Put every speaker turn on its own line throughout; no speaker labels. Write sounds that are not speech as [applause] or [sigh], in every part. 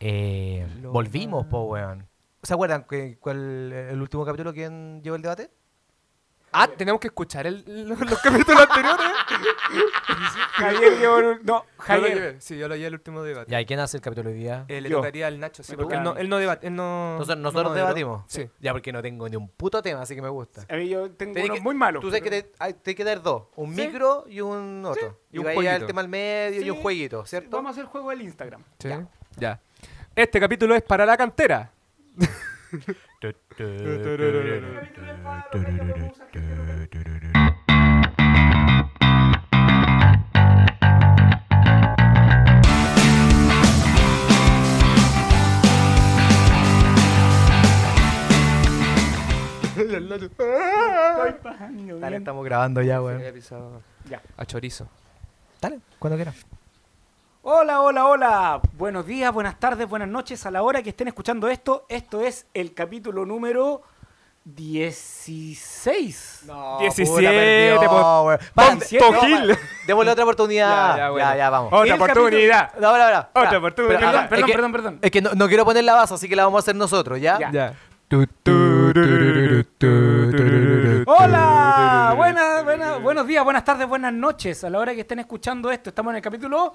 Eh,
Lo
volvimos,
más-
po, weón. ¿Se acuerdan que, cuál el último capítulo quién llevó el debate?
Ah, tenemos que escuchar el- los, los capítulos anteriores.
Javier llevó el ul-
Yo
No,
lo
Javier.
llevé, sí, yo lo llevé el último debate.
Ya, ¿y quién hace el capítulo hoy día?
Eh, le
Yo.
tocaría al Nacho, sí,
Me
porque él
tocaba
no,
a mí.
él no debate, él no.
Nosotros,
no
nosotros
moderó.
debatimos.
Sí.
Ya, porque no tengo ni un puto tema, así que me gusta.
A mí yo tengo
Tenés
unos
que-
muy malos.
Tú sabes que
pero-
te, Eh, hay, te hay que dar dos, un
Sí.
micro y un otro.
Y
Y,
un
va a ir el
jueguito.
tema al medio y un
Sí.
jueguito, ¿cierto?
Vamos a hacer juego del Instagram.
Sí, Ya. Este capítulo es para la cantera.
Estoy pasando
Dale,
bien.
estamos grabando ya,
Se
weón.
había pisado
Ya.
a chorizo.
Dale, cuando quieras.
Hola, hola, hola. Buenos días, buenas tardes, buenas noches. A la hora que estén escuchando esto, esto es el capítulo número 16.
No,
17,
puta,
po-
weón. Pan,
Tom- Tom
no,
Hill.
pa- Démosle otra oportunidad.
Ya,
Ya,
ya,
ya,
bueno.
vamos.
Otra
El capítulo-
oportunidad.
No, ahora, ahora.
Otra
Ya.
oportunidad.
Pero, ah,
Perdón, perdón,
es que-
perdón, perdón.
Es que no, no quiero poner la base, así que la vamos a hacer nosotros, ¿ya?
Ya.
Ya.
Hola, buenas, buenas, buenos días, buenas tardes, buenas noches. A la hora que estén escuchando esto, estamos en el capítulo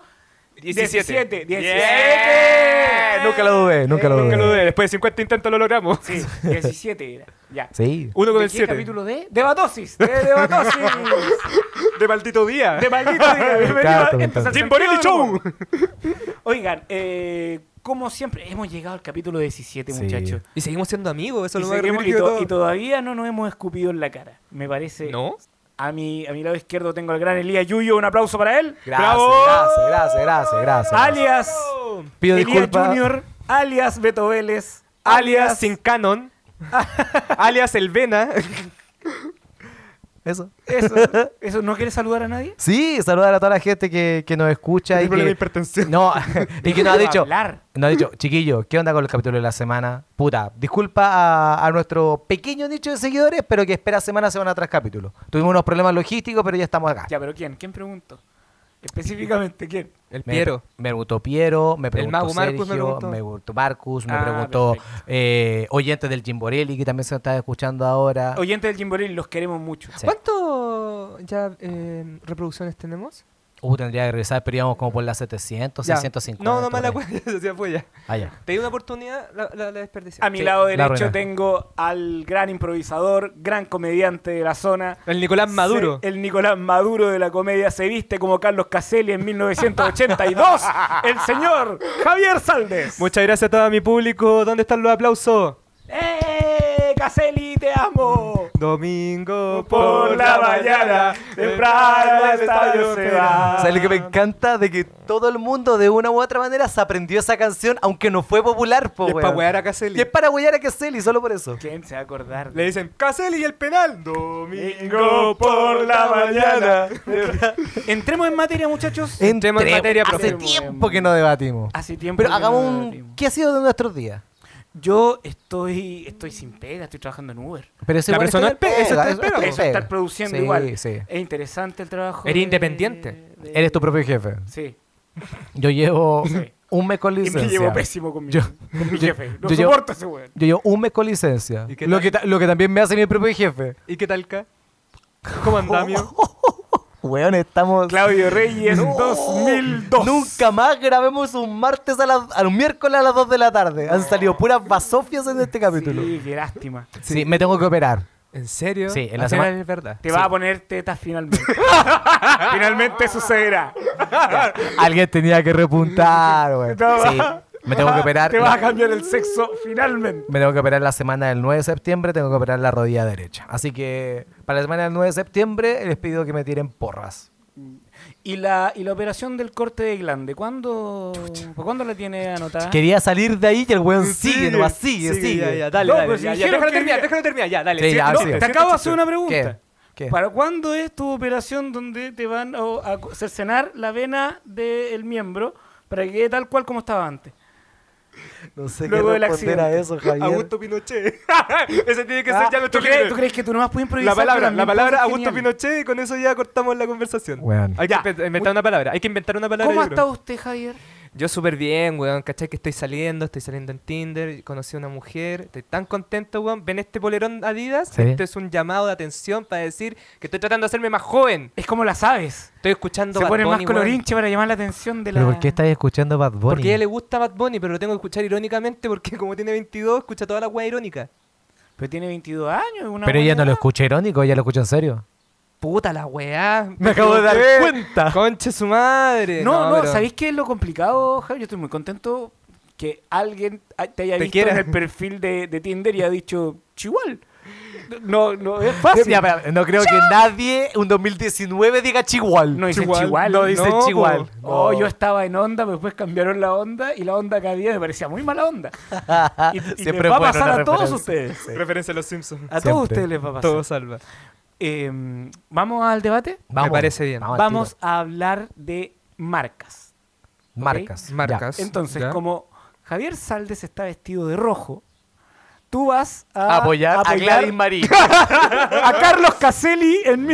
17.
17. 17.
Nunca lo dudé, nunca lo
Nunca
dudé.
lo dudé, después de 50 intentos lo logramos.
Sí, 17 era. Ya.
Sí.
Uno con
¿De
el
qué
7.
capítulo de? Debatosis. De Debatosis.
[laughs] De maldito día.
de maldito día. Bienvenido a
encanta, me
Empezar
encanta.
Jim Borelli
Santiago
Show.
de nuevo. [laughs] Oigan, eh, como siempre, hemos llegado al capítulo 17,
Sí.
muchachos.
Y seguimos siendo amigos, eso
Y,
lo más
seguimos- y
ridículo de
to- y
todo.
todavía no nos hemos escupido en la cara. Me parece.
¿No?
A mi, a mi lado izquierdo tengo al gran Elías Yuyo. Un aplauso para él.
Gracias,
¡Bravo!
gracias, gracias, gracias, gracias.
alias
Pido
Elías
disculpas.
Junior. Alias Beto Vélez.
Alias Sin
[laughs]
Canon. alias El Vena.
Eso.
Eso, eso, ¿No quieres saludar a nadie?
Sí, saludar a toda la gente que, que nos escucha
Tengo
y
problema de
que,
hipertensión.
no, [laughs] y que nos ha
Déjalo
dicho,
hablar.
nos ha dicho, chiquillo, ¿qué onda con los capítulos de la semana? Puta, disculpa a, a nuestro pequeño nicho de seguidores, pero que espera semana a semana tras capítulo. Tuvimos unos problemas logísticos, pero ya estamos acá.
Ya, pero ¿quién? ¿Quién pregunto? Específicamente, ¿quién?
El
Me-
Piero.
Me, preguntó Piero, me preguntó
mago Marcus me
Sergio, me
preguntó.
preguntó, Marcus, me
Ah,
preguntó
perfecto.
eh, oyentes del Jimborelli, que también se está escuchando ahora.
Oyentes del Jimboril, los queremos mucho.
Ah. Sí.
¿Cuánto ya eh, reproducciones tenemos?
Uh, tendría que regresar, pero íbamos como por las 700,
Ya.
650.
No, no me la
por ahí.
cuenta, [laughs] eso ya fue ya.
Ah, ya.
Te di una oportunidad, la, la, la desperdicié.
A mi
Sí.
lado derecho
arruinaste.
tengo al gran improvisador, gran comediante de la zona.
El Nicolás Maduro.
Se- el Nicolás Maduro de la comedia se viste como Carlos Caselli
[laughs]
en 1982. el señor Javier Saldes.
Muchas gracias a todo mi público. ¿Dónde están los aplausos?
¡Eh, Caselli, te amo!
Mm.
Domingo
Por la mañana, temprano al estadio se va.
¿Sabes lo que me encanta? De que todo el mundo de una u otra manera se aprendió esa canción, aunque no fue popular, po,
Y es
weón.
para wear a
Y es
Caselli.
para huear a Caselli, solo por eso.
¿Quién se va a acordar?
Le
de-
dicen Caselli y el penal. Domingo por la mañana.
Entremos en materia,
Eh,
[laughs]
muchachos.
Entremos en
Entre-
materia,
Hace
profe.
tiempo que no debatimos.
Hace tiempo
Pero
que no
hagamos
debatimos.
un... ¿Qué ha sido de nuestros días?
Yo estoy, estoy sin pega, estoy trabajando en Uber.
Pero eso
La
igual es
persona
tener
es pe- eso es
es
tener pega.
tener
Eso estar produciendo
Sí,
igual.
sí.
Es interesante el trabajo.
Eres
de-
independiente.
de-
Eres tu propio jefe.
Sí.
Yo llevo
Sí.
un mes con
Y
licencia.
me llevo pésimo con mi,
Yo-
con mi
yo-
jefe. No
yo llevo-
soporto a ese weón.
Yo llevo un mes con licencia.
¿Y qué
Lo
tal?
que, ta- lo que también me hace mi propio jefe.
¿Y qué tal, Ca? ¿Cómo andamio?
[laughs] Weón, estamos...
Claudio Reyes
No.
2002.
Nunca más grabemos un martes a, la, a un miércoles a las 2 de la tarde. Han salido puras basofias en este capítulo. Sí,
Sí, qué lástima.
me tengo que operar.
¿En serio?
Sí, en la
Al
semana-
final es verdad.
Te va a poner tetas finalmente.
[laughs]
finalmente sucederá.
Alguien tenía que repuntar, güey.
No.
Sí, me tengo que operar.
Te vas a cambiar el sexo finalmente.
Me tengo que operar la semana del 9 de septiembre, tengo que operar la rodilla derecha. Así que para la semana del 9 de septiembre les pido que me tiren porras.
¿Y la, y la operación del corte de glande? ¿Cuándo, ¿para ¿cuándo la tiene anotada?
Quería salir de ahí y el weón sigue,
Sigue, pues,
nomás sigue, sigue.
Ya, ya, dale,
No,
dale.
pero si
ya, ya,
dijeron
déjalo
que
terminar,
iba-
déjalo terminar. Ya, dale.
Sí, ya,
no,
sí.
te
Te acabo de hacer una pregunta.
¿Qué?
¿Para cuándo es tu operación donde te van a, a cercenar la vena del miembro para que quede tal cual como estaba antes?
No sé
Luego
qué
del
responder a eso,
accidente.
Javier.
Augusto Pinochet. [laughs] Ese tiene que ser
Ah,
ya nuestro
¿tú, crees,
líder.
tú crees que tú nomás puedes improvisar?
La palabra, la
pero también puedes
palabra
ser
Augusto
genial?
Pinochet y con eso ya cortamos la conversación.
Weón.
Hay que
Ya.
inven- inventar una palabra. Hay que inventar una palabra.
¿Cómo ha
yo creo.
estado usted, Javier?
Yo súper bien, weón, ¿cachai? Que estoy saliendo, estoy saliendo en Tinder, conocí a una mujer, estoy tan contento, weón. ¿Ven este polerón Adidas?
Sí.
Esto es un llamado de atención para decir que estoy tratando de hacerme más joven.
Es como las aves.
Estoy escuchando
Se
Bad
ponen más
Bunny, weón,
colorinche para llamar la atención de la...
¿Pero por qué estáis escuchando Bad Bunny?
Porque a ella le gusta Bad Bunny, pero lo tengo que escuchar irónicamente porque como tiene 22, escucha toda la weá irónica.
Pero tiene 22 años. Una
Pero ella no lo
weá.
escucha irónico, ella lo escucha en serio.
Puta la weá.
acabo de dar
equivoqué.
cuenta.
Conche su madre.
No, no,
pero-
¿sabéis qué es lo complicado, Javi? Yo estoy muy contento que alguien a- te haya
Te
visto
quiera.
en el perfil de, de Tinder y ha dicho, chihuahua. No, no, es fácil.
Ya, pero no creo que nadie en 2019 diga Chihuahua.
No dice
Chihuahua,
chihuahua.
No dice
No, po.
Chihuahua.
Oh,
No.
yo estaba en onda, pero después cambiaron la onda y la onda cada día me parecía muy mala onda.
[laughs]
Y, y
Siempre
les va a
es bueno
pasar
una
a todos
referencia.
ustedes.
Referencia a los Simpsons.
A
Siempre.
todos ustedes les va a pasar.
Todo salva.
Eh, Vamos al debate.
Me parece bien.
al
Vamos
tiro.
a hablar de marcas.
Marcas. ya.
Marcas.
Entonces,
Ya.
como Javier Saldes está vestido de rojo, tú vas a
apoyar, a Gladys Marín.
[laughs] a Carlos Caselli
[laughs]
en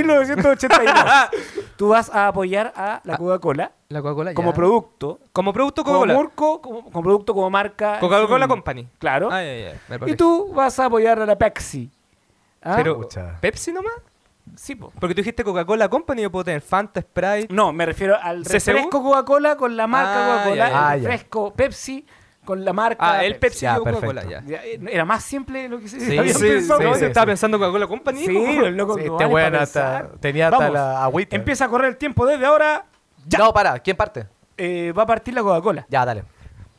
1982. tú vas a apoyar a
Ah.
la Coca-Cola
La Coca-Cola.
como
ya.
producto,
Como producto
como,
Coca-Cola.
murco, como, como producto, como marca.
Coca-Cola
Mm,
Company.
Claro.
Ah, ya, ya, me
y
parece.
tú vas a apoyar a la Pepsi. ¿Ah?
Pero,
Pucha.
¿Pepsi nomás?
sí, po.
Porque tú dijiste Coca-Cola Company, yo puedo tener Fanta, Sprite.
No, me refiero al
¿CCU?
refresco Coca-Cola con la marca
Ah,
Coca-Cola,
ya, ya,
ya.
el refresco Pepsi con la marca
Ah, el Pepsi
Ya,
y yo Coca-Cola,
perfecto.
ya.
Ya, eh, Era más simple lo que se
Sí,
Había
había
sí,
pensado,
pensado.
¿no?
sí,
Yo
sí.
estaba pensando Coca-Cola Company.
Sí,
po.
los locos
Sí,
no
este
valen
weón
para
hasta-
pensar.
tenía hasta
Vamos,
la agüita.
Empieza a correr el tiempo desde ahora.
No, para, ¿quién parte?
eh, va a partir la Coca-Cola.
Ya, dale.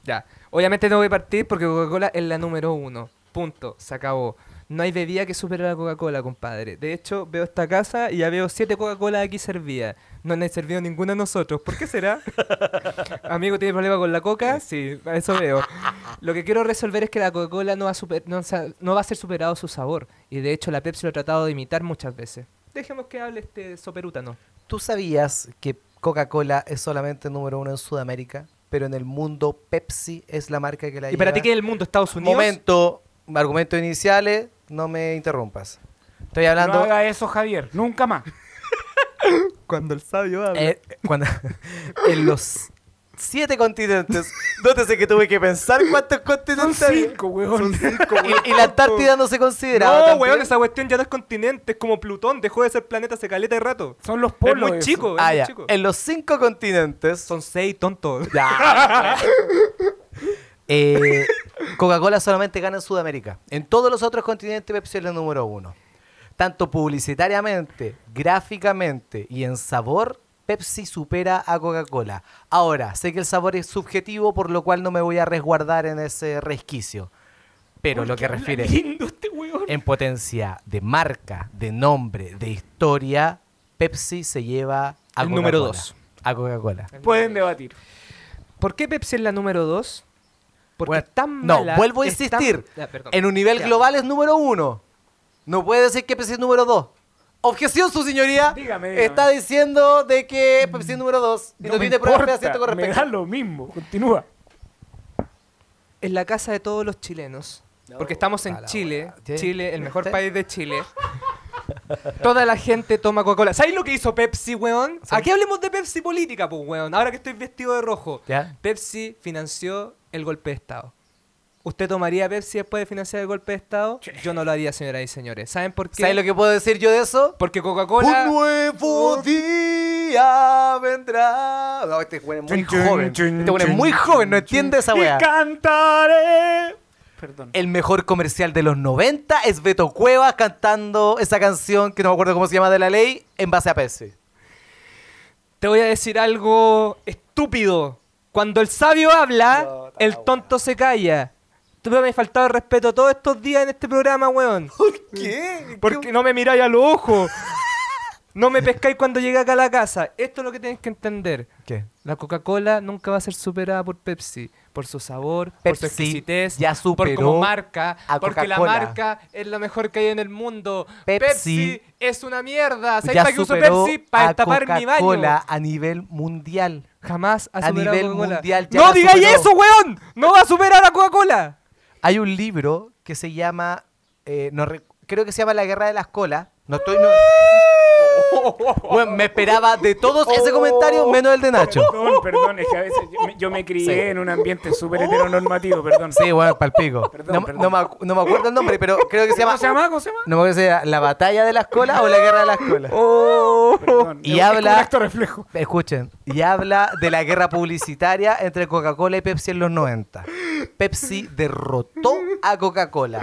Ya. Obviamente tengo que partir porque Coca-Cola es la número uno. Punto. Se acabó. No hay bebida que supere a la Coca-Cola, compadre. De hecho, veo esta casa y ya veo siete Coca-Cola aquí servidas. No han servido ninguna a nosotros. ¿Por qué [laughs] será? Amigo, ¿tiene problema con la coca? Sí, a eso veo. Lo que quiero resolver es que la Coca-Cola no, va a super- no sa- no va a ser superado su sabor. Y de hecho, la Pepsi lo ha tratado de imitar muchas veces. Dejemos que hable este soperútano.
¿Tú sabías que Coca-Cola es solamente número uno en Sudamérica, pero en el mundo Pepsi es la marca que la
¿Y para ti
lleva?
qué es el mundo? ¿Estados Unidos?
Momento, argumentos iniciales, no me interrumpas. Estoy hablando...
No haga eso, Javier. Nunca más.
Cuando el sabio habla.
Eh, cuando- [laughs] en los siete continentes. Nótese que tuve que pensar cuántos
Son
continentes había.
cinco, weón.
Y, y la Antártida no se consideraba.
No,
también.
weón, esa cuestión ya no es continente, es como Plutón, dejó de ser planeta hace caleta de rato.
Son los
Es
polos.
muy
eso.
chico, es
Ah,
muy
ya.
chico.
En los cinco continentes.
[laughs] Son seis tontos.
Ya. Eh, Coca-Cola solamente gana en Sudamérica. En todos los otros continentes Pepsi es la número uno. Tanto publicitariamente, gráficamente y en sabor, Pepsi supera a Coca-Cola. Ahora, sé que el sabor es subjetivo, por lo cual no me voy a resguardar en ese resquicio. Pero lo que
Habla
refiere
Lindo este weón.
en potencia de marca, de nombre, de historia, Pepsi se lleva a
El número
Coca-Cola.
dos.
A Coca-Cola.
Pueden debatir.
¿Por qué Pepsi es la número dos? Porque
Bueno,
es tan
no,
mala,
vuelvo a
es tan-
insistir.
Ya, perdón.
en un nivel
Ya.
global es número uno. No puede decir que Pepsi es número dos. Objeción, su señoría.
Dígame, dígame.
Está diciendo de que Pepsi es número dos. Y no,
me
tiene pruebas
importa,
fehacientes con
Me
respecto.
da lo mismo. Continúa.
Es la casa de todos los chilenos. Porque estamos en
a Oh, la
Chile,
wea. Sí.
Chile, el mejor
¿Viste?
país de Chile. Toda la gente toma Coca-Cola. ¿Sabéis lo que hizo Pepsi, weón? Aquí hablemos de Pepsi política, pues, weón. Ahora que estoy vestido de rojo.
Ya.
Pepsi financió el golpe de Estado. ¿Usted tomaría Pepsi después de financiar el golpe de Estado? Yo no lo haría, señoras y señores. ¿Saben por qué?
¿Sabes lo que puedo decir yo de eso?
Porque Coca-Cola...
Un nuevo día vendrá. No, este güey es muy
Chun, chun,
joven.
chun,
Este güey es
chun,
muy joven, no entiende esa weá.
Y cantaré. Perdón.
El mejor comercial de los 90 es Beto Cuevas cantando esa canción que no me acuerdo cómo se llama de la ley en base a Pepsi.
Te voy a decir algo estúpido. Cuando el sabio habla, el tonto se calla. Tú me has faltado el respeto todos estos días en este
[laughs]
programa, weón.
¿Qué?
Porque no me miráis a los ojos. No me pescáis cuando llegué acá a la casa. Esto es lo que tienes que entender.
¿Qué?
La Coca-Cola nunca va a ser superada por Pepsi. Por su sabor, por su
Pepsi
exquisitez,
ya
por como
superó
marca.
a
porque la
Coca-Cola.
marca es lo mejor que hay en el mundo. Pepsi,
Pepsi
es una mierda. ¿Sabes
Ya
para qué uso
superó
Pepsi? Para
a
tapar mi baño.
Coca-Cola a nivel mundial.
Jamás ha
A
superado
nivel
Coca-Cola.
mundial ya
¡No
la
digáis
superó.
eso, weón! ¡No va a superar a Coca-Cola!
Hay un libro que se llama, eh, no re- creo que se llama La Guerra de las Colas. No estoy... no- Bueno, me esperaba de todos ese comentario menos el de Nacho.
Perdón, perdón, es que a veces yo me, yo me crié en un ambiente súper heteronormativo, perdón.
Sí, bueno, palpico.
Perdón,
No,
perdón.
no me, acu- no me acuerdo el nombre, pero creo que se llama.
¿Cómo se llama? ¿Cómo se llama?
No me acuerdo si era La Batalla de las Colas o La Guerra de las Colas.
Perdón,
Oh. Y
es un- es como
habla-
un acto reflejo.
Escuchen, y habla de la guerra publicitaria entre Coca-Cola y Pepsi en los 90. Pepsi derrotó a Coca-Cola.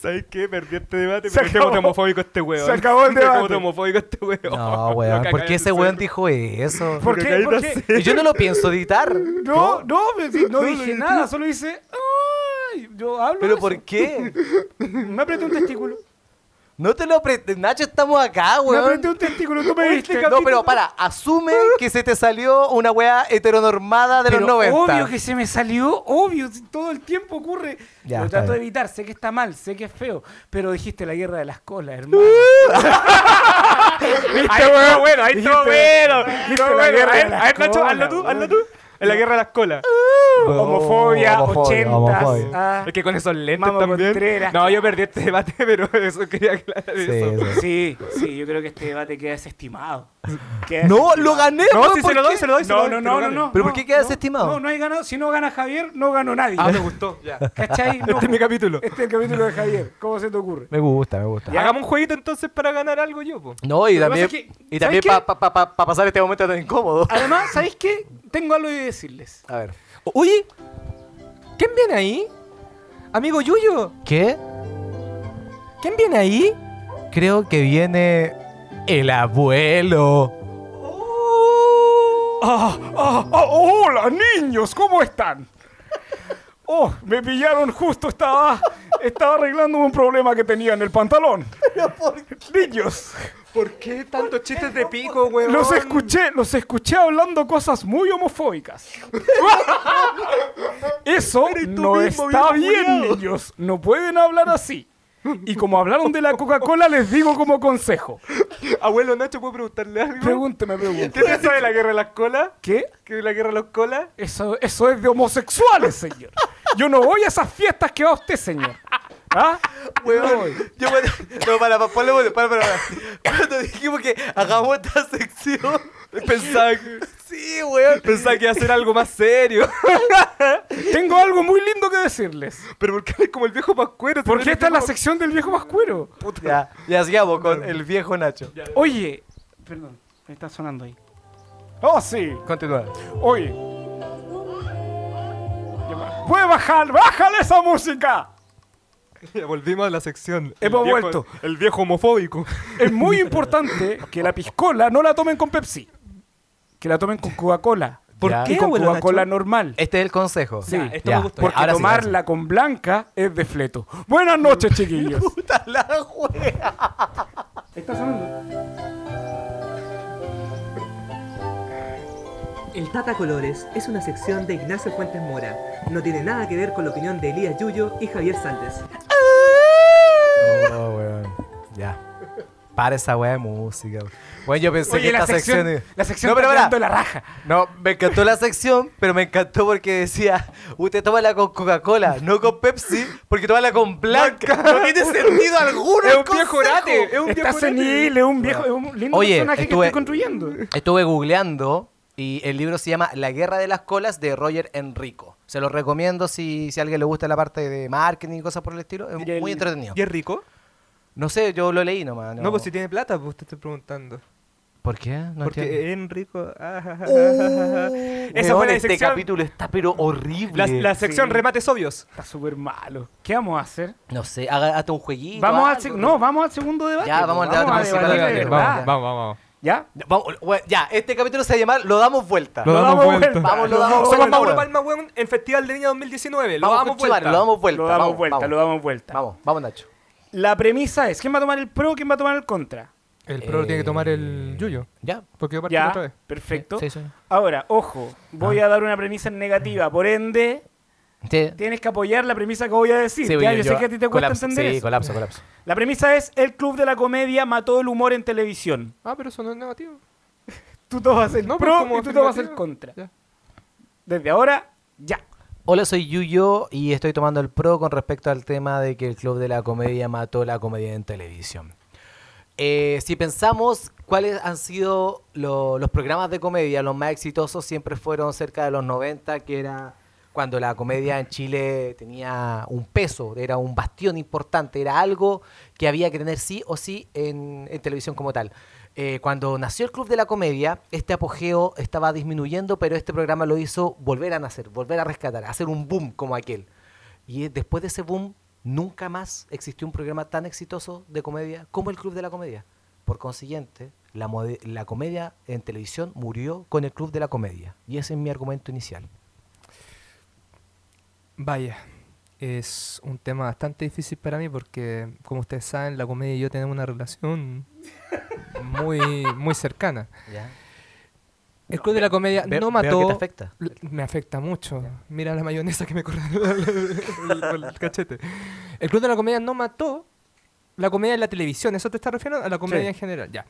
¿Sabes qué? Perdí este debate.
Se
Perdí este
acabó.
voto homofóbico este weón.
Se acabó
[laughs]
el
Este voto
debate.
homofóbico este weón.
No,
Lo
weón,
que
¿por
acabas
qué
de
ese weón
hacer.
dijo eso?
¿Por
Lo
qué?
que
¿Por
acabas de
qué?
Y yo no lo pienso editar.
No, no, pero sí,
[laughs]
no,
No,
dije
no,
nada,
no.
solo hice. "Ay", Yo hablo.
¿Pero
de
por
eso.
qué?
[laughs] Me apreté un testículo.
No te lo apreté. Nacho, estamos acá,
Me
weón.
apreté un testículo, tú me viste.
No, pero para, asume que se te salió una weá heteronormada de
Pero
los 90.
Obvio que se me salió, obvio, si todo el tiempo ocurre.
Ya,
Lo
está
trato de
bien.
evitar, sé que está mal, sé que es feo, pero dijiste la guerra de las colas,
[laughs]
hermano.
Ahí está bueno, ahí está bueno.
Dijiste
Está
la
bueno.
guerra
A
de
ver,
las
a ver, Nacho,
colas,
hazlo tú,
weón.
hazlo tú. En la guerra de las colas.
homofobia,
Homofobia, homofobia.
ochentas. ah,
Es que con esos lentes
Mamo
también.
Contreras.
No, yo perdí este debate, [laughs] pero eso quería aclarar
Sí,
eso.
sí.
Sí, sí, yo creo que este debate queda desestimado. Queda
No,
desestimado.
lo gané,
No,
weón,
si
¿por
se lo doy,
qué?
se lo doy. se lo
No,
doy,
no,
que
no,
lo
no,
gane.
no.
¿Pero por qué
no,
queda
no,
desestimado?
No, no hay ganado. Si no gana Javier, no ganó nadie.
[laughs] Ah,
[laughs]
me gustó, ya.
¿Cachai? No.
Este es mi capítulo.
Este es el capítulo de Javier. ¿Cómo se te ocurre?
Me gusta, me gusta.
Ya. Hagamos un jueguito entonces para ganar algo yo, po.
No, y
Lo que
también,
pasa es que-
y también
¿sabes
para
qué?
pasar este momento tan incómodo.
Además, ¿sabéis qué? Tengo algo que decirles.
A ver.
Oye, ¿quién viene ahí? Amigo Yuyo,
¿Qué?
¿quién viene ahí?
Creo que viene el abuelo.
Ah, ah, ah, hola, niños, ¿cómo están? Oh, me pillaron justo, estaba, estaba arreglando un problema que tenía en el pantalón. Niños,
¿Por qué tantos chistes de pico, weón?
los escuché, los escuché hablando cosas muy
[laughs]
homofóbicas. Eso no
mismo,
está
viejo
bien,
culiao.
niños. No pueden hablar así. Y como hablaron de la Coca-Cola, les digo como consejo.
Abuelo Nacho, ¿puedo preguntarle algo?
Pregúnteme, pregúnteme.
¿Qué piensa de la guerra de las colas?
¿Qué?
¿Qué de la guerra de las colas?
Eso, eso es de homosexuales, señor. Yo no voy a esas fiestas que va usted, señor. ¿Ah? No
[laughs]
voy.
Yo cuando- No, para, para, ponle vuelta, para, para, para. Cuando dijimos que hagamos esta sección,
Pensaba que,
sí, weón.
pensaba que iba a hacer algo más serio.
Tengo algo muy lindo que decirles.
Pero ¿por qué es como el viejo pascuero?
Porque esta es la sección del viejo mascuero.
Ya, ya sigamos con el viejo Nacho.
Oye. Perdón, me está sonando ahí. Oh, sí.
Continúa.
Oye. Puede bajar, bájale esa música.
Ya volvimos a la sección.
Hemos
El viejo-
vuelto.
El viejo homofóbico.
Es muy importante que la piscola no la tomen con Pepsi. Que la tomen con Coca-Cola.
¿Por
Y
qué,
con
abuelo
Coca-Cola
Nacho?
normal.
Este es el consejo.
Sí.
Ya,
esto me gustó.
Porque
ahora sí, ahora
tomarla con blanca es de fleto. Buenas noches, chiquillos.
sí. Puta la wea.
¿Está sonando?
El Tata Colores es una sección de Ignacio Fuentes Mora. No tiene nada que ver con la opinión de Elías Yuyo y Javier Saldes.
Oh, weón. Ya. Para esa weá de música. weón. Bueno, yo pensé que
Oye, la
esta sección.
sección, la sección
no, pero
está
para.
quedando la raja.
No, me encantó la sección, pero me encantó porque decía, usted tómala con Coca-Cola, no con Pepsi, porque tómala con blanca. No tiene sentido alguno.
Es
el
un viejo
consejo.
orate, es un
Está
viejo orate.
senil, es un viejo, es un lindo
Oye,
personaje
estuve-
que estoy construyendo.
Estuve googleando y el libro se llama La guerra de las colas de Roger Enrico. Se lo recomiendo si, si a alguien le gusta la parte de marketing y cosas por el estilo. Es
Y el-
muy entretenido.
¿Y es rico?
No sé, yo lo leí nomás. No,
No, pues si tiene plata, pues te estoy preguntando.
¿Por qué? No entiendo.
Porque Enrico.
Oh.
Esa fue
Weón,
la
este
sección.
capítulo está pero horrible.
La, la sección
Sí.
remates obvios.
Está súper malo. ¿qué vamos a hacer?
No sé, haga- hazte un jueguito.
Vamos al,
algo,
seg- no, vamos al segundo debate.
Ya,
pues,
vamos al debate
a
principal,
debatir
dale,
de
vamos,
verdad.
vamos.
¿Ya?
Vamos, we- ya, este capítulo se va a llamar Lo damos vuelta.
Lo damos vuelta.
Vamos, lo damos
Somos
vuelta.
Somos
Mauro
Mauro
weón.
Palma, weón, en Festival de Viña 2019. Lo
Vamos,
damos
conchetumare,
vuelta.
Lo damos vuelta.
Lo damos
vamos,
vuelta,
vamos.
lo damos vuelta.
Vamos, vamos, Nacho.
La premisa es, ¿quién va a tomar el pro, quién va a tomar el contra?
El
pro lo tiene que tomar el
Yuyo.
Ya.
Porque yo
Ya, perfecto.
Sí, sí.
Ahora, ojo, voy a dar una premisa en negativa, por ende,
Sí.
tienes que apoyar la premisa que voy a decir.
Sí,
ya,
yo-
yo,
yo-
sé que a ti te cuesta
colapso,
entender
Sí,
eso.
colapso, colapso.
La premisa es, el club de la comedia mató el humor en televisión.
Ah, pero eso no es negativo.
Tú tomas el
No, pero
pro
como
y tú tomas el
afirmativo.
contra.
Ya.
Desde ahora, ya.
Hola, soy Yuyo y estoy tomando el pro con respecto al tema de que el Club de la Comedia mató la comedia en televisión. Eh, si pensamos cuáles han sido lo- los programas de comedia, los más exitosos siempre fueron cerca de los 90, que era cuando la comedia en Chile tenía un peso, era un bastión importante, era algo que había que tener sí o sí en, en televisión como tal. Eh, cuando nació el Club de la Comedia, este apogeo estaba disminuyendo, pero este programa lo hizo volver a nacer, volver a rescatar, hacer un boom como aquel. Y eh, después de ese boom, nunca más existió un programa tan exitoso de comedia como el Club de la Comedia. Por consiguiente, la, mode- la comedia en televisión murió con el Club de la Comedia. Y ese es mi argumento inicial.
Vaya, es un tema bastante difícil para mí porque, como ustedes saben, la comedia y yo tenemos una relación muy, muy cercana. El Club de la Comedia
Ve-
no
veo que
mató...
te afecta.
L- Me afecta mucho. Mira la mayonesa que me corre por el, por el cachete. El Club de la Comedia no mató la comedia en la televisión. ¿Eso te está refiriendo? A la comedia en general, ya.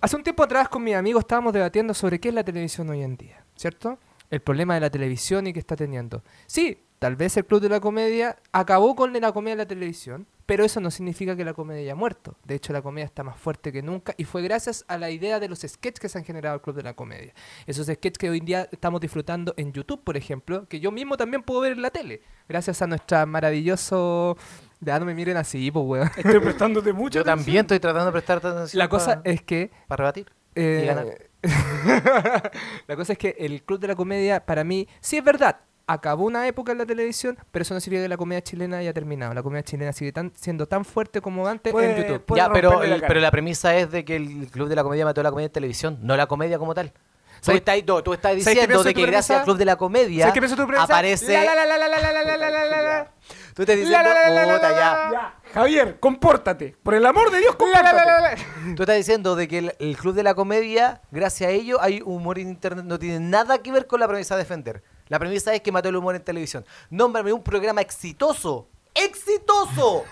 Hace un tiempo atrás con mi amigo estábamos debatiendo sobre qué es la televisión hoy en día, ¿cierto? El problema de la televisión y que está teniendo. Sí, tal vez el Club de la Comedia acabó con la comedia de la televisión, pero eso no significa que la comedia haya muerto. De hecho, la comedia está más fuerte que nunca y fue gracias a la idea de los sketches que se han generado al Club de la Comedia. Esos sketches que hoy en día estamos disfrutando en YouTube, por ejemplo, que yo mismo también puedo ver en la tele, gracias a nuestra maravilloso... Ya no me miren así, pues, weón.
Estoy prestándote mucho.
Yo también estoy tratando de prestar atención.
La cosa
para,
es que
rebatir.
eh,
Y ganar.
[laughs] la cosa es que el Club de la Comedia, para mí, sí es verdad. Acabó una época en la televisión, pero eso no significa que la comedia chilena haya terminado. La comedia chilena sigue tan- siendo tan fuerte como antes
Pues,
en YouTube.
puede
Ya, pero,
romperle la
el-
cara.
pero la premisa es de que el Club de la Comedia mató la comedia en televisión, no la comedia como tal. Tú
¿Sabes-
estás, no, tú estás
¿sabes qué
diciendo
pienso de
de
tu
que gracias
premisa?
al Club de la Comedia
¿Sabes qué pienso de tu premisa?
aparece...
La, la, la, la, la, la, la, la, la, la, la.
Tú estás
La,
diciendo...
la, la, la, la,
"Puta,
la,
ya".
la,
Ya, Javier, compórtate. Por el amor de Dios,
la, la,
compórtate.
la, la, la.
Tú estás diciendo de que el, el club de la comedia, gracias a ello, hay humor en internet. No tiene nada que ver con la premisa de defender. La premisa es que mató el humor en televisión. Nómbrame un programa exitoso, exitoso,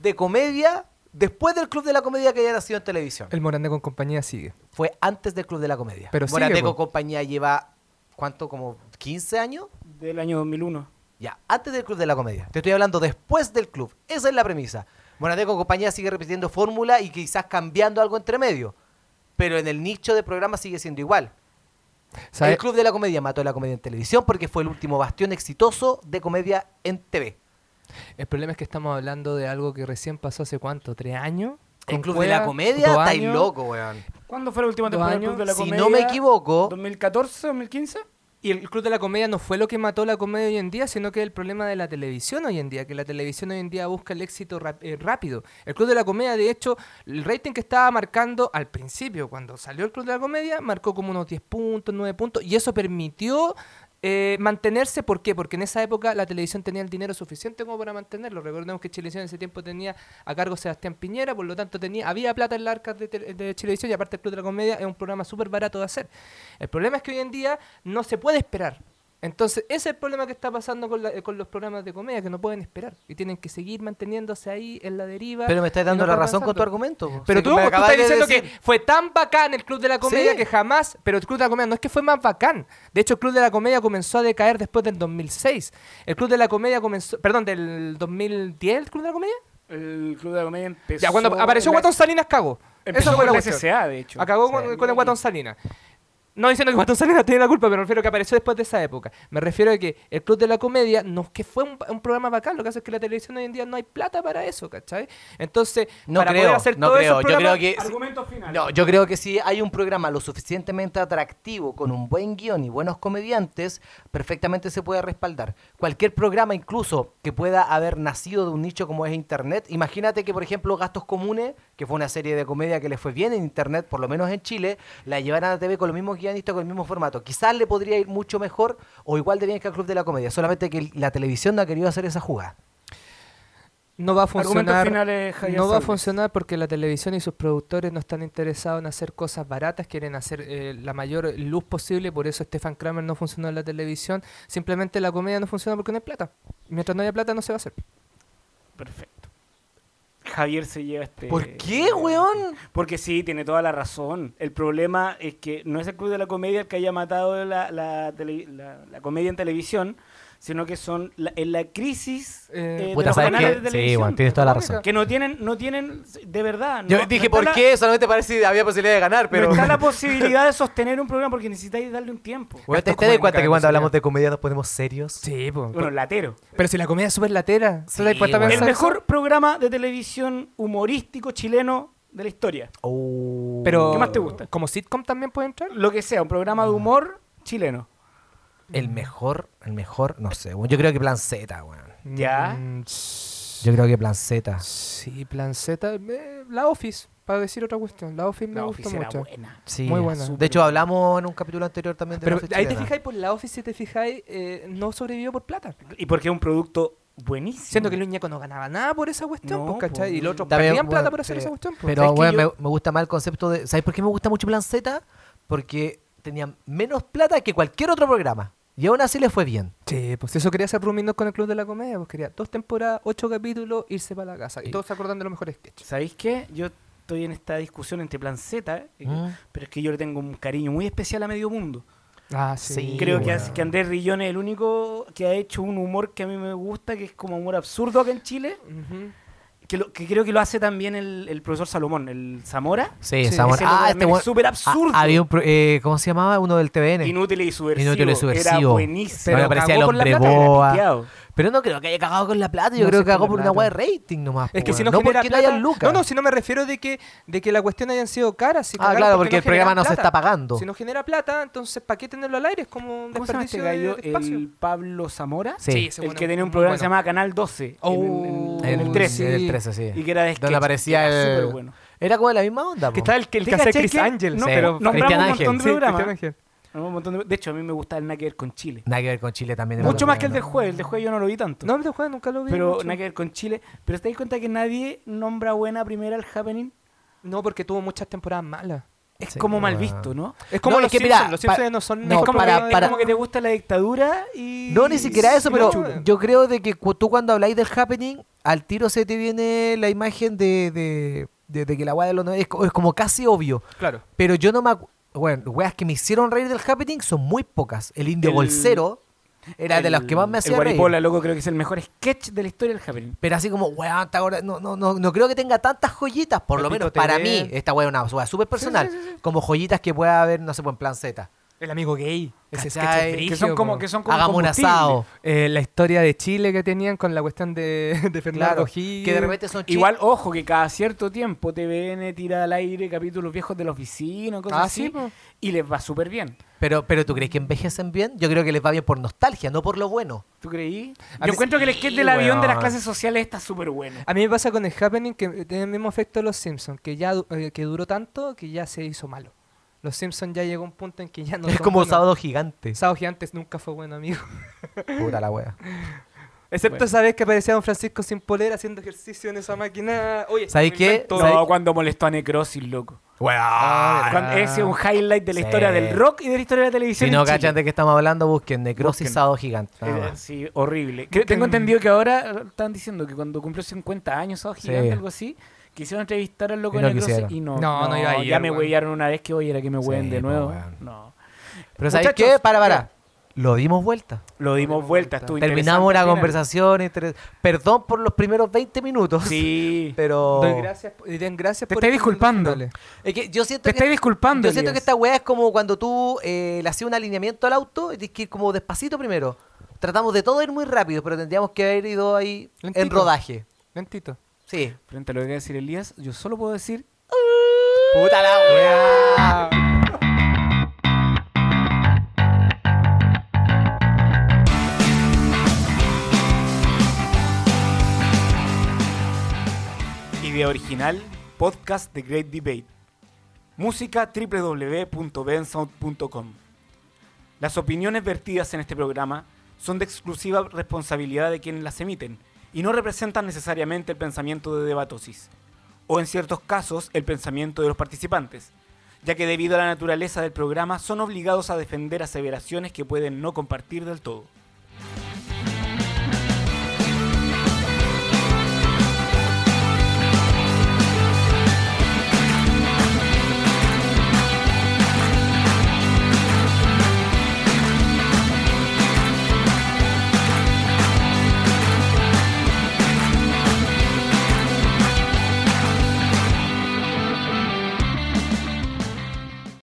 de comedia después del club de la comedia que haya nacido en televisión.
El Morandé con compañía sigue.
Fue antes del club de la comedia.
Pero sigue,
Morateco
po.
Compañía lleva, ¿cuánto? ¿Como 15 años?
Del año 2001.
Ya, antes del Club de la Comedia. Te estoy hablando después del club. Esa es la premisa. Monateco Compañía sigue repitiendo fórmula y quizás cambiando algo entre medio. Pero en el nicho de programa sigue siendo igual.
¿Sabes?
El Club de la Comedia mató la comedia en televisión porque fue el último bastión exitoso de comedia en TV.
El problema es que estamos hablando de algo que recién pasó hace cuánto, tres años.
El
¿Con
Club de
Cueva?
la Comedia
¿Dos
está
años?
loco, weón.
¿Cuándo fue la última
Dos
temporada del
años.
Club de la
Si
Comedia?
no me equivoco-
¿2014, 2015?
Y el Club de la Comedia no fue lo que mató la comedia hoy en día, sino que el problema de la televisión hoy en día, que la televisión hoy en día busca el éxito rap- eh, rápido. El Club de la Comedia, de hecho, el rating que estaba marcando al principio, cuando salió el Club de la Comedia, marcó como unos 10 puntos, 9 puntos, y eso permitió eh, mantenerse. ¿Por qué? Porque en esa época la televisión tenía el dinero suficiente como para mantenerlo. Recordemos que Chilevisión en ese tiempo tenía a cargo Sebastián Piñera, por lo tanto tenía había plata en las arcas de, tele- de Chilevisión y aparte el Club de la Comedia es un programa súper barato de hacer. El problema es que hoy en día no se puede esperar. Entonces, ese es el problema que está pasando con, la- eh, con los programas de comedia, que no pueden esperar y tienen que seguir manteniéndose ahí en la deriva.
Pero me estás
y
dando
no
la
van
razón con tu
avanzando.
argumento. po.
Pero
Si
tú,
me
tú
acabas
estás
de
diciendo
decir-
que fue tan bacán el Club de la Comedia
Sí.
que jamás. Pero el Club de la Comedia no es que fue más bacán. De hecho, el Club de la Comedia comenzó a decaer después del 2006. El Club de la Comedia comenzó. Perdón, del 2010, el Club de la Comedia.
El Club de la Comedia empezó...
Ya, cuando apareció
en la-
Guatón Salinas, cagó.
Empezó
fue
con la
cuestión.
SCA, de hecho.
Acabó
Sí.
con, con el Guatón Salinas. No diciendo que Guatón Salinas [laughs] tiene la culpa, pero me refiero que apareció después de esa época. Me refiero a que el Club de la Comedia no es que fue un, un programa bacán. Lo que hace es que la televisión hoy en día no hay plata para eso, ¿cachai? Entonces,
No
para
creo,
poder hacer
no
todo
creo. Yo creo
programas,
que...
Argumento final.
No, yo creo que si hay un programa lo suficientemente atractivo, con un buen guión y buenos comediantes, perfectamente se puede respaldar. Cualquier programa, incluso que pueda haber nacido de un nicho como es Internet, imagínate que, por ejemplo, Gastos Comunes, que fue una serie de comedia que le fue bien en Internet, por lo menos en Chile, la llevaran a TV con los mismos guionistas, con el mismo formato. Quizás le podría ir mucho mejor o igual de bien que al Club de la Comedia, solamente que el- la televisión no ha querido hacer esa jugada.
No va a
Argumentos
funcionar.
finales, Javier
no va a
Solves.
funcionar porque la televisión y sus productores no están interesados en hacer cosas baratas, quieren hacer eh, la mayor luz posible, por eso Stefan Kramer no funcionó en la televisión. Simplemente la comedia no funciona porque no hay plata. Mientras no haya plata no se va a hacer.
Perfecto. Javier se lleva este...
¿Por qué, weón?
Porque sí, tiene toda la razón. El problema es que no es el Club de la Comedia el que haya matado la, la tele- la- la comedia en televisión, sino que son la- en la crisis
Eh,
eh, de
Puta,
los
¿sabes
canales
qué?
de
Sí,
televisión.
bueno, tienes toda la razón.
que no tienen, no tienen, de verdad. no-
Yo
no
dije,
está
¿por
la-
qué? Solamente para ver si había posibilidad de ganar, pero...
No
[laughs]
está la posibilidad de sostener un programa porque necesitáis darle un tiempo.
Bueno, ¿Te,
Gastos
te das cuenta
comunicables,
que cuando
sería.
hablamos de comedia nos ponemos serios?
Sí, po.
Bueno, latero.
Pero si la comedia es súper latera. ¿tú te has puesto a
bueno.
El
pensar
mejor programa de televisión humorístico chileno de la historia.
Oh.
eso? Pero,
¿Qué más te gusta?
¿Como sitcom también puede entrar?
Lo que sea, un programa
Ah.
de humor chileno.
El mejor, el mejor, no sé, weón. Yo creo que Plan Z, weón.
Ya.
Mm, s-
Yo creo que Plan Z.
sí, Plan Z. eh, la Office, para decir otra cuestión. La Office me
La
gustó
oficina
mucho.
buena.
Sí,
Muy buena.
De hecho, hablamos en un capítulo anterior también de la
Pero
fe
ahí te
chilena.
fijáis, por la Office, si te fijáis, eh, no sobrevivió por plata.
Y porque es un producto buenísimo.
Mm.
Siendo que el Ñeco no ganaba nada por esa cuestión, pues,
No,
¿cachai?
po.
Y los otros
También,
perdían plata
bueno,
por hacer
sí.
esa cuestión. pues.
Pero,
¿Sabes qué?
weón,
Yo-
me, me gusta más el concepto de. ¿Sabes por qué me gusta mucho Plan Z? Porque tenían menos plata que cualquier otro programa. Y aún así les fue bien.
Sí, pues eso quería hacer Ruminos con el Club de la Comedia, pues quería dos temporadas, ocho capítulos, irse para la casa. Y todos se acordan de los mejores sketches.
¿Sabéis qué? Yo estoy en esta discusión entre Plan Z, eh,
Mm.
pero es que yo le tengo un cariño muy especial a Medio Mundo.
Ah,
sí. Sí,
Creo que,
bueno.
hace- que Andrés Rillón es el único que ha hecho un humor que a mí me gusta, que es como humor absurdo acá en Chile, que, lo- que creo que lo hace también el, el profesor Salomón, el Zamora.
Sí,
Sí,
Samuel-
ese loco
Ah,
también
este
es
weón-
súper absurdo.
Ah, había un. pro- eh, ¿Cómo se llamaba? Uno del TVN.
Inútil y subversivo.
Inútil y
Era
subversivo. Bueno,
buenísimo.
Pero
aparecía el
cagó con la
hombre
plata, era
boa.
Piteado.
Pero no creo que haya cagado con la plata. Yo
No
creo
sé
que cagó
con la
por una weá de
plata.
rating nomás.
Es
po,
que si
weón.
no,
no
genera
porque no hayan
plata-
lucas.
No, no, si no me refiero de que, de que las cuestiones hayan sido caras.
Ah,
si cagaron
claro, porque
porque
el programa no se
generan
está
plata.
pagando.
Si no genera plata, entonces ¿para qué tenerlo al aire? Es como un
¿Cómo se llama este
desperdicio de-
gallo?
de espacio.
El Pablo Zamora.
Sí.
ese
El
bueno,
que tenía un
muy
programa
bueno.
que se llamaba Canal 12. en- en, en el 13.
En Oh. el 13, sí.
Y que era de sketch,
Donde aparecía
era
el.
superbueno.
Era como de la misma onda.
Que
po.
está el, el
¿Te
que hace
cachai
Chris
que-
Ángel.
no,
pero
nombramos
Cristian
un
Ángel.
montón de programas.
Cristian Ángel.
Un montón de- De hecho, a mí me gusta el nada que ver con Chile.
Nada que ver con Chile también. es
Mucho
verdad,
más que el
¿no?
del jueves. El del jueves yo no lo vi tanto.
No, no, Juan, nunca lo vi.
pero
mucho.
nada que ver con Chile. Pero te das cuenta que nadie nombra buena primera al Happening.
No, porque tuvo muchas temporadas malas.
Es
Sí,
como mal
ah.
visto, ¿no?
Es como
No, es
los
que mira,
Simpsons. los
pa-
Simpsons no son...
no,
es como
para-
que- es
para-
como
Como que te gusta la dictadura y.
No, ni siquiera eso,
y
pero
machuca.
yo creo de que cu- tú cuando habláis del happening, al tiro se te viene la imagen de, de, de- de que la weá de los noventa- es, co- es como casi obvio.
Claro.
Pero yo no me acu- Bueno, weas que me hicieron reír del happening son muy pocas. El indio
El-
bolsero era de
El-
los que más me hacía
El
reír.
Guaripola, loco, creo que es el mejor sketch de la historia del Happening.
Pero así como, weón, esta gorda- no, no, no, no creo que tenga tantas joyitas, por lo
Pepito
menos para
TV.
mí, esta weá es una weá súper personal, como joyitas que pueda haber, no sé, pues en plan Z.
El amigo gay. Ese sketch
¿Cachai?
es
Que
Que
brígido,
son como.
po.
Que son como
Hagamos un
combustible.
asado.
Eh, la historia de Chile que tenían con la cuestión de, [laughs] de Fernando
Claro,
Gil.
que de repente son chicos.
Igual, ojo, que cada cierto tiempo TVN tira al aire capítulos viejos de la oficina, cosas
Ah, sí,
así,
po.
y les va súper bien.
Pero, pero ¿tú crees que envejecen bien? Yo creo que les va bien por nostalgia, no por lo bueno.
¿Tú creí?
A
Yo
mí
encuentro que el sketch del
weón.
avión de las clases sociales está súper bueno.
A mí me pasa con el Happening que tiene el mismo efecto de los Simpsons, que ya du- eh, que duró tanto que ya se hizo malo. Los Simpsons ya llegó a un punto en que ya no
es
son
como
buenos.
sábado gigante.
Sábado Gigantes nunca fue bueno, amigo.
Puta la wea.
[laughs] Excepto
Bueno.
esa vez que aparecía Don Francisco sin polera haciendo ejercicio en esa máquina. Oye,
¿Sabes
me
qué?
invento-
No,
¿sabes?
cuando molestó a Necrosis, loco.
Ah,
Cuando- ese es un highlight de la
Sí.
historia del rock y de la historia de la
Si
televisión. en
no
Chile.
cachan de qué estamos hablando, busquen Necrosis
Busquen.
sábado gigante. Ah,
Eh,
nada más.
sí, horrible. Que tengo entendido que ahora eh, estaban diciendo que cuando cumplió 50 años, o
Sí.
gigante, algo así, quisieron entrevistar al loco
Y
de
no
Necrosis
quisieron.
y no.
No, no iba a ir,
Ya me
weón.
huellaron una vez que hoy era que me hueen
Sí,
de
po,
nuevo.
weón.
No.
Pero ¿sabes
Muchachos,
qué? Para, para.
mira.
Lo dimos vuelta.
Lo dimos vuelta, estuvo
Terminamos
interesante
la
al final.
conversación. interes- Perdón por los primeros 20 minutos.
Sí.
Pero.
Doy gracias, y den gracias
Te
por
estoy
estos
disculpando.
minutos finales.
Es que yo siento
Te
que.
estoy disculpando.
Yo siento que
Elías.
esta weá es como cuando tú eh, le hacías un alineamiento al auto y tienes que ir como despacito primero. Tratamos de todo ir muy rápido, pero tendríamos que haber ido ahí en
Lentito.
rodaje.
Lentito.
Sí.
Frente a lo que va a decir Elías, yo solo puedo decir
Puta la weá.
Idea original, podcast The Great Debate. Música www.bensound.com. Las opiniones vertidas en este programa son de exclusiva responsabilidad de quienes las emiten y no representan necesariamente el pensamiento de Debatosis, o en ciertos casos el pensamiento de los participantes, ya que debido a la naturaleza del programa son obligados a defender aseveraciones que pueden no compartir del todo.